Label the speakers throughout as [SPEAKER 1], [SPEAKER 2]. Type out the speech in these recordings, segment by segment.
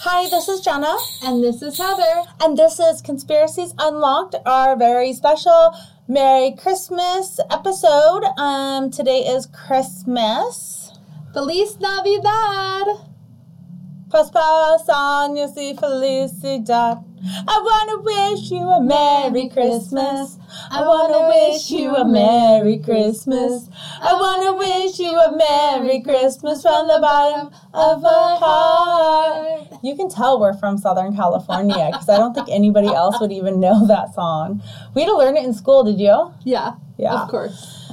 [SPEAKER 1] Hi, this is Jenna,
[SPEAKER 2] And this is Heather.
[SPEAKER 1] and this is Conspiracies Unlocked, our very special Merry Christmas episode. Um, today is Christmas.
[SPEAKER 2] Feliz Navidad.
[SPEAKER 1] Prosperos años y felicidad. I wanna wish you a Merry Christmas. I wanna wish you a Merry Christmas. I wanna wish you a Merry Christmas from the bottom of our heart. You can tell we're from Southern California because I don't think anybody else would even know that song. We had to learn it in school, did you?
[SPEAKER 2] Yeah,
[SPEAKER 1] Yeah.
[SPEAKER 2] of course.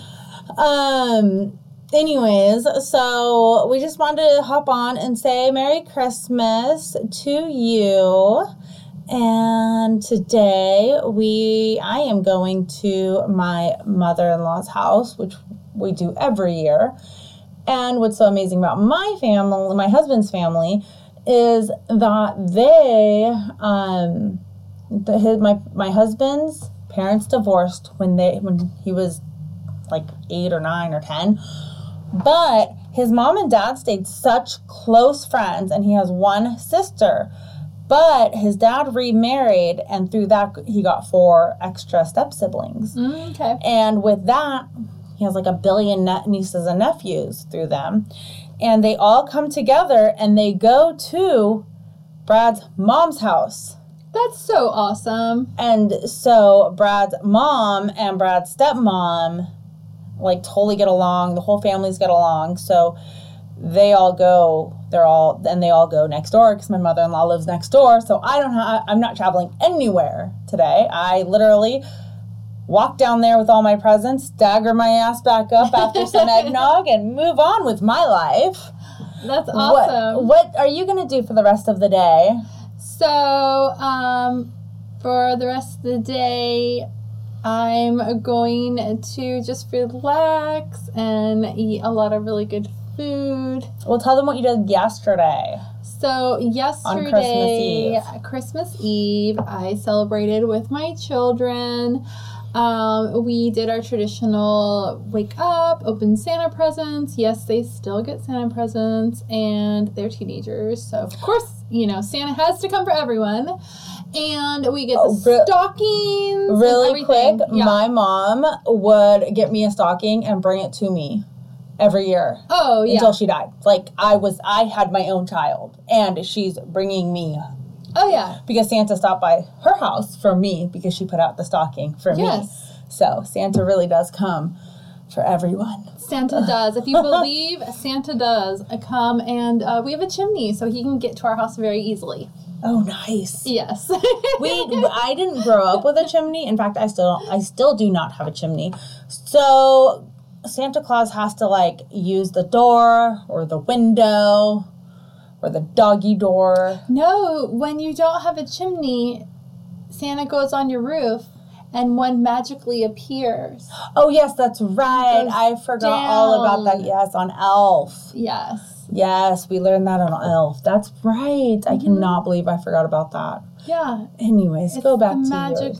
[SPEAKER 1] Um. Anyways, so we just wanted to hop on and say Merry Christmas to you. And today we, I am going to my mother-in-law's house, which we do every year. And what's so amazing about my family, my husband's family, is that they, um, the, his, my my husband's parents divorced when they when he was like eight or nine or ten, but his mom and dad stayed such close friends, and he has one sister. But his dad remarried, and through that he got four extra step siblings.
[SPEAKER 2] Okay.
[SPEAKER 1] And with that, he has like a billion ne- nieces and nephews through them. And they all come together and they go to Brad's mom's house.
[SPEAKER 2] That's so awesome.
[SPEAKER 1] And so Brad's mom and Brad's stepmom like totally get along. The whole families get along. So they all go. They're all and they all go next door because my mother in law lives next door. So I don't. Ha- I'm not traveling anywhere today. I literally walk down there with all my presents, stagger my ass back up after some eggnog, and move on with my life.
[SPEAKER 2] That's awesome.
[SPEAKER 1] What What are you gonna do for the rest of the day?
[SPEAKER 2] So, um, for the rest of the day, I'm going to just relax and eat a lot of really good food.
[SPEAKER 1] Well, tell them what you did yesterday.
[SPEAKER 2] So yesterday, Christmas Eve. I celebrated with my children. Um, we did our traditional wake up, open Santa presents. Yes, they still get Santa presents, and they're teenagers, so of course, you know, Santa has to come for everyone. And we get the
[SPEAKER 1] Oh, re-
[SPEAKER 2] stockings. and
[SPEAKER 1] Really
[SPEAKER 2] everything.
[SPEAKER 1] quick,
[SPEAKER 2] Yeah.
[SPEAKER 1] my mom would get me a stocking and bring it to me every year
[SPEAKER 2] oh yeah.
[SPEAKER 1] until she died. Like I was, I had my own child, and she's bringing me
[SPEAKER 2] oh yeah.
[SPEAKER 1] because Santa stopped by her house for me because she put out the stocking for me.
[SPEAKER 2] Yes.
[SPEAKER 1] So Santa really does come for everyone.
[SPEAKER 2] Santa does. If you believe Santa does, uh, come and uh, we have a chimney, so he can get to our house very easily.
[SPEAKER 1] Oh, nice.
[SPEAKER 2] Yes.
[SPEAKER 1] We, I didn't grow up with a chimney. In fact, I still, I still do not have a chimney. So Santa Claus has to like use the door or the window or the doggy door.
[SPEAKER 2] no, when you don't have a chimney, Santa goes on your roof, and one magically appears.
[SPEAKER 1] Oh yes, that's right.
[SPEAKER 2] Goes
[SPEAKER 1] I forgot all about
[SPEAKER 2] down.
[SPEAKER 1] that. Yes, on Elf.
[SPEAKER 2] Yes.
[SPEAKER 1] Yes, we learned that on Elf. That's right.
[SPEAKER 2] Mm-hmm.
[SPEAKER 1] I cannot believe I forgot about that.
[SPEAKER 2] Yeah.
[SPEAKER 1] Anyways, go back
[SPEAKER 2] the
[SPEAKER 1] to
[SPEAKER 2] magic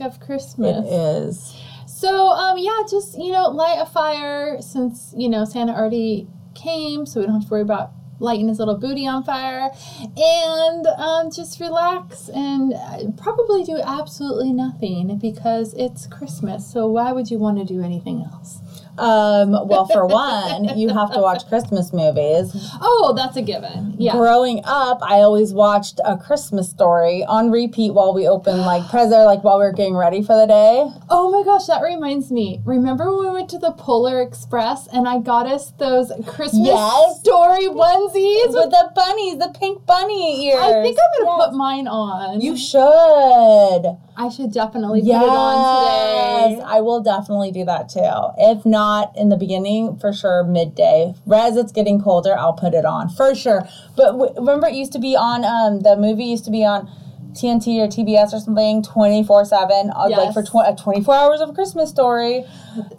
[SPEAKER 1] yours.
[SPEAKER 2] of Christmas.
[SPEAKER 1] It is.
[SPEAKER 2] So um yeah, just you know, light a fire since you know Santa already came, so we don't have to worry about lighting his little booty on fire, and um, just relax and uh, probably do absolutely nothing because it's Christmas. So why would you want to do anything else?
[SPEAKER 1] Um, well, for one, you have to watch Christmas movies.
[SPEAKER 2] Oh, that's a given. Yeah.
[SPEAKER 1] Growing up, I always watched A Christmas Story on repeat while we opened like present, like while we were getting ready for the day.
[SPEAKER 2] Oh my gosh, that reminds me. Remember when we went to the Polar Express and I got us those Christmas
[SPEAKER 1] Yes.
[SPEAKER 2] story onesies?
[SPEAKER 1] It's with the bunnies, the pink bunny ears.
[SPEAKER 2] I think I'm gonna
[SPEAKER 1] Yes.
[SPEAKER 2] put mine on.
[SPEAKER 1] You should.
[SPEAKER 2] I should definitely put it on today.
[SPEAKER 1] I will definitely do that too. If not in the beginning, for sure midday. As it's getting colder, I'll put it on for sure. But w- remember, it used to be on um the movie used to be on TNT or TBS or something twenty four seven like
[SPEAKER 2] Yes.
[SPEAKER 1] for tw- uh, twenty four hours of Christmas story,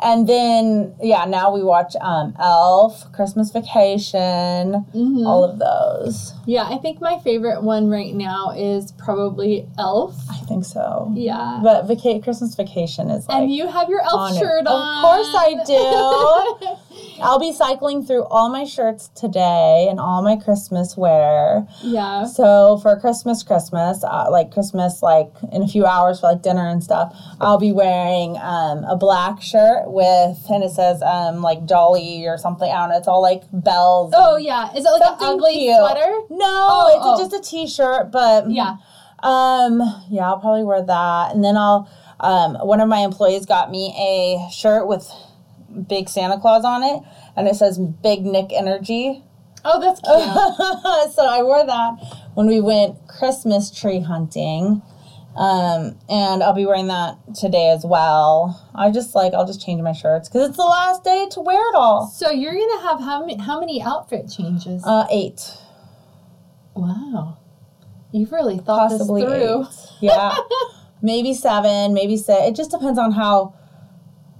[SPEAKER 1] and then yeah, now we watch um Elf, Christmas Vacation,
[SPEAKER 2] Mm-hmm.
[SPEAKER 1] all of those.
[SPEAKER 2] Yeah, I think my favorite one right now is probably Elf.
[SPEAKER 1] I think so.
[SPEAKER 2] Yeah.
[SPEAKER 1] But vaca- Christmas Vacation is like
[SPEAKER 2] and you have your elf
[SPEAKER 1] on it.
[SPEAKER 2] shirt
[SPEAKER 1] Of
[SPEAKER 2] on.
[SPEAKER 1] course I do. I'll be cycling through all my shirts today and all my Christmas wear.
[SPEAKER 2] Yeah.
[SPEAKER 1] So for Christmas, Christmas, uh, like Christmas, like in a few hours for like dinner and stuff, I'll be wearing um, a black shirt with, and it says um, like Dolly or something. I don't know. It's all like bells.
[SPEAKER 2] Oh yeah. Is it like an
[SPEAKER 1] Something
[SPEAKER 2] ugly
[SPEAKER 1] cute.
[SPEAKER 2] sweater?
[SPEAKER 1] No,
[SPEAKER 2] Oh,
[SPEAKER 1] it's a-
[SPEAKER 2] oh.
[SPEAKER 1] just a t-shirt, but
[SPEAKER 2] Yeah.
[SPEAKER 1] um, yeah, I'll probably wear that, and then I'll. Um, one of my employees got me a shirt with big Santa Claus on it, and it says "Big Nick Energy."
[SPEAKER 2] Oh, that's cute.
[SPEAKER 1] so I wore that when we went Christmas tree hunting, um, and I'll be wearing that today as well. I just like I'll just change my shirts because it's the last day to wear it all.
[SPEAKER 2] so you're gonna have how many how many outfit changes?
[SPEAKER 1] Uh, eight.
[SPEAKER 2] wow. You've really thought
[SPEAKER 1] possibly
[SPEAKER 2] this through.
[SPEAKER 1] eight. Yeah, maybe seven, maybe six. It just depends on how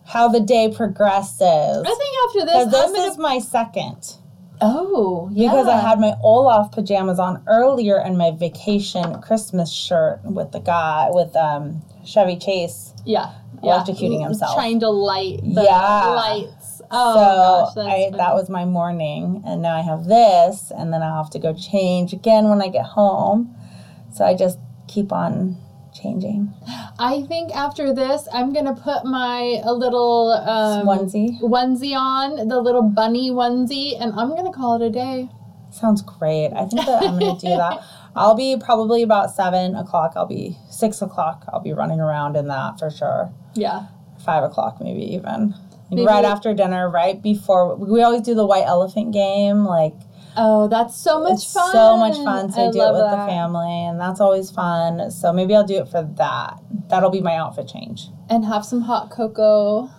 [SPEAKER 1] how the day progresses.
[SPEAKER 2] I think after
[SPEAKER 1] Because
[SPEAKER 2] this,
[SPEAKER 1] this
[SPEAKER 2] I'm gonna.
[SPEAKER 1] is my second.
[SPEAKER 2] oh, yeah.
[SPEAKER 1] Because I had my Olaf pajamas on earlier and my vacation Christmas shirt with the guy with um Chevy Chase.
[SPEAKER 2] yeah, yeah.
[SPEAKER 1] electrocuting himself.
[SPEAKER 2] trying to light the
[SPEAKER 1] Yeah.
[SPEAKER 2] lights. Oh
[SPEAKER 1] so
[SPEAKER 2] gosh,
[SPEAKER 1] I,
[SPEAKER 2] that's
[SPEAKER 1] that was my morning, and now I have this, and then I'll have to go change again when I get home. So I just keep on changing.
[SPEAKER 2] I think after this, I'm gonna put my a little um,
[SPEAKER 1] Onesie.
[SPEAKER 2] onesie on the little bunny onesie, and I'm gonna call it a day.
[SPEAKER 1] Sounds great. I think that I'm gonna do that. I'll be probably about seven o'clock. I'll be six o'clock. I'll be running around in that for sure.
[SPEAKER 2] Yeah.
[SPEAKER 1] Five o'clock, maybe even. Like,
[SPEAKER 2] Maybe-
[SPEAKER 1] Right after dinner, right before we always do the white elephant game. Like
[SPEAKER 2] Oh, that's so much
[SPEAKER 1] it's
[SPEAKER 2] fun.
[SPEAKER 1] so much fun. So I, do it
[SPEAKER 2] love
[SPEAKER 1] with the
[SPEAKER 2] that.
[SPEAKER 1] family, and that's always fun. So maybe I'll do it for that. That'll be my outfit change.
[SPEAKER 2] And have some hot cocoa.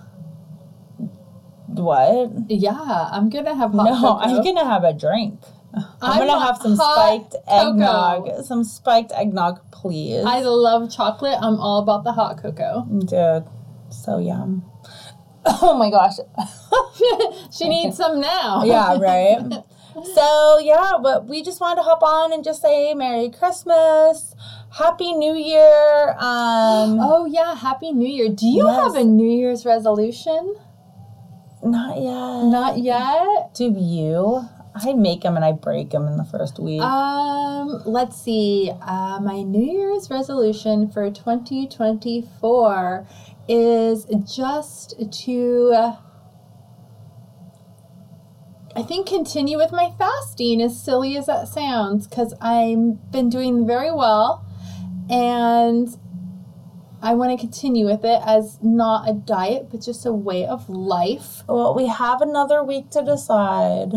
[SPEAKER 1] What?
[SPEAKER 2] Yeah, I'm gonna have hot
[SPEAKER 1] no,
[SPEAKER 2] cocoa.
[SPEAKER 1] I'm gonna have a drink. I'm,
[SPEAKER 2] I
[SPEAKER 1] gonna
[SPEAKER 2] want
[SPEAKER 1] have some
[SPEAKER 2] hot
[SPEAKER 1] spiked
[SPEAKER 2] cocoa.
[SPEAKER 1] eggnog. Some spiked eggnog, please.
[SPEAKER 2] I love chocolate. I'm all about the hot cocoa.
[SPEAKER 1] Dude, so yum. Oh my gosh.
[SPEAKER 2] she needs some now.
[SPEAKER 1] Yeah, right? so, yeah, but we just wanted to hop on and just say Merry Christmas, Happy New Year. Um,
[SPEAKER 2] Oh yeah, happy New Year. Do you
[SPEAKER 1] Yes.
[SPEAKER 2] have a New Year's resolution?
[SPEAKER 1] Not yet.
[SPEAKER 2] Not yet.
[SPEAKER 1] Do you? I make them and I break them in the first week.
[SPEAKER 2] Um, let's see. Uh, my New Year's resolution for 2024 is just to, uh, I think, continue with my fasting, as silly as that sounds, because I've been doing very well and I want to continue with it as not a diet, but just a way of life.
[SPEAKER 1] well, we have another week to decide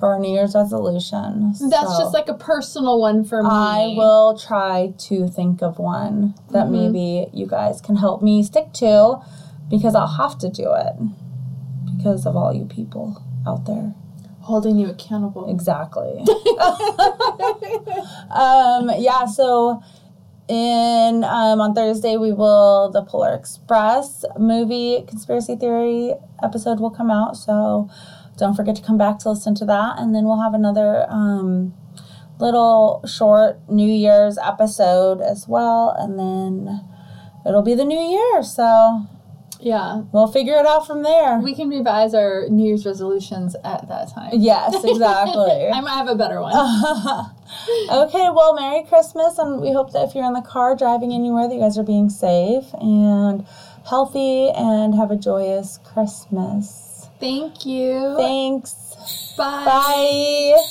[SPEAKER 1] for our New Year's resolution.
[SPEAKER 2] That's
[SPEAKER 1] so
[SPEAKER 2] just like a personal one for me.
[SPEAKER 1] I will try to think of one that
[SPEAKER 2] Mm-hmm.
[SPEAKER 1] maybe you guys can help me stick to because I'll have to do it because of all you people out there.
[SPEAKER 2] Holding you accountable.
[SPEAKER 1] Exactly. um, yeah, so in um, on Thursday we will the Polar Express movie conspiracy theory episode will come out, so don't forget to come back to listen to that and then we'll have another um, little short New Year's episode as well and then it'll be the new year, so
[SPEAKER 2] Yeah.
[SPEAKER 1] we'll figure it out from there.
[SPEAKER 2] We can revise our New Year's resolutions at that time.
[SPEAKER 1] yes, exactly.
[SPEAKER 2] I might have a better one.
[SPEAKER 1] Oh. okay, well, Merry Christmas, and we hope that if you're in the car driving anywhere, that you guys are being safe and healthy and have a joyous Christmas.
[SPEAKER 2] Thank you.
[SPEAKER 1] Thanks. Bye.